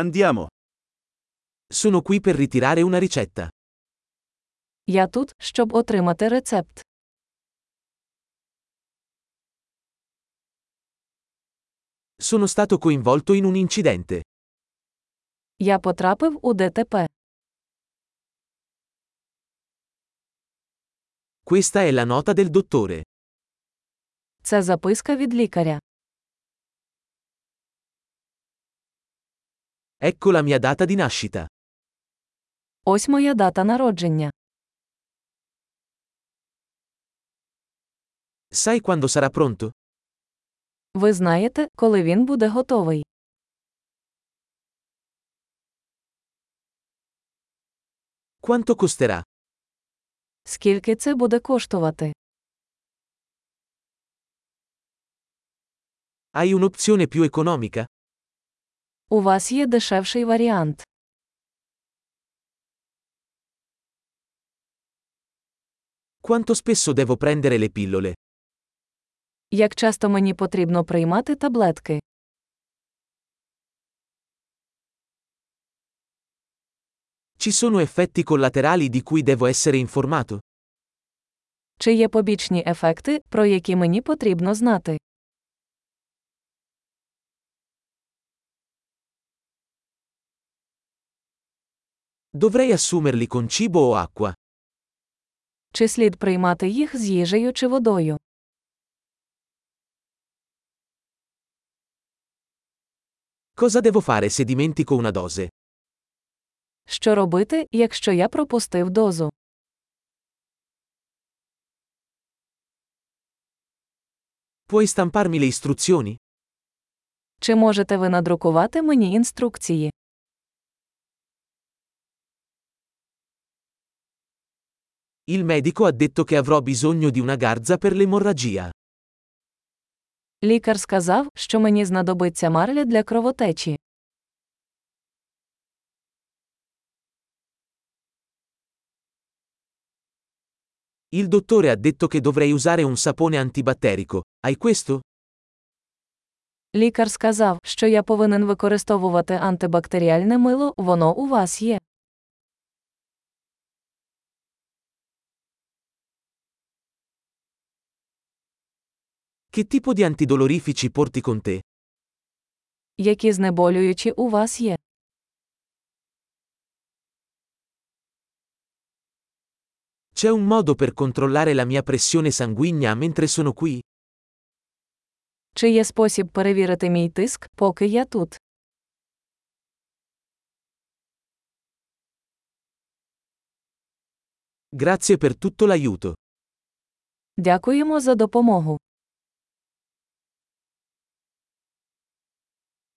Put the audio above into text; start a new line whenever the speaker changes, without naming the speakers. Andiamo. Sono qui per ritirare una ricetta.
Я тут, щоб отримати рецепт.
Sono stato coinvolto in un incidente.
Я потрапив у ДТП.
Questa è la nota del dottore.
Це записка від лікаря.
Ecco la mia data di nascita.
Ось моя дата народження.
Sai quando sarà pronto?
Ви знаєте, коли він буде готовий.
Quanto costerà?
Скільки це буде коштувати?
Hai un'opzione più economica?
У вас є дешевший варіант.
Quanto spesso devo prendere le pillole?
Як часто мені потрібно приймати таблетки?
Ci sono effetti collaterali di cui devo essere informato?
Чи є побічні ефекти, про які мені потрібно знати?
Dovrei assumerli con cibo o acqua?
Чи слід приймати їх з їжею чи водою?
Cosa devo fare se dimentico una dose?
Що робити, якщо я пропустив дозу?
Puoi stamparmi le istruzioni?
Чи можете ви надрукувати мені інструкції?
Il medico ha detto che avrò bisogno di una garza per l'emorragia.
Лікар сказав, що мені знадобиться марля для кровотечі.
Il dottore ha detto che dovrei usare un sapone antibatterico. Hai questo?
Лікар сказав, що я повинен використовувати антибактеріальне мило, воно у вас є.
Che tipo di antidolorifici porti con te?
Які знеболюючі у вас є?
C'è un modo per controllare la mia pressione sanguigna mentre sono qui?
Чи є спосіб перевірити мій тиск, поки я тут?
Grazie per tutto l'aiuto.
Дякуємо за допомогу.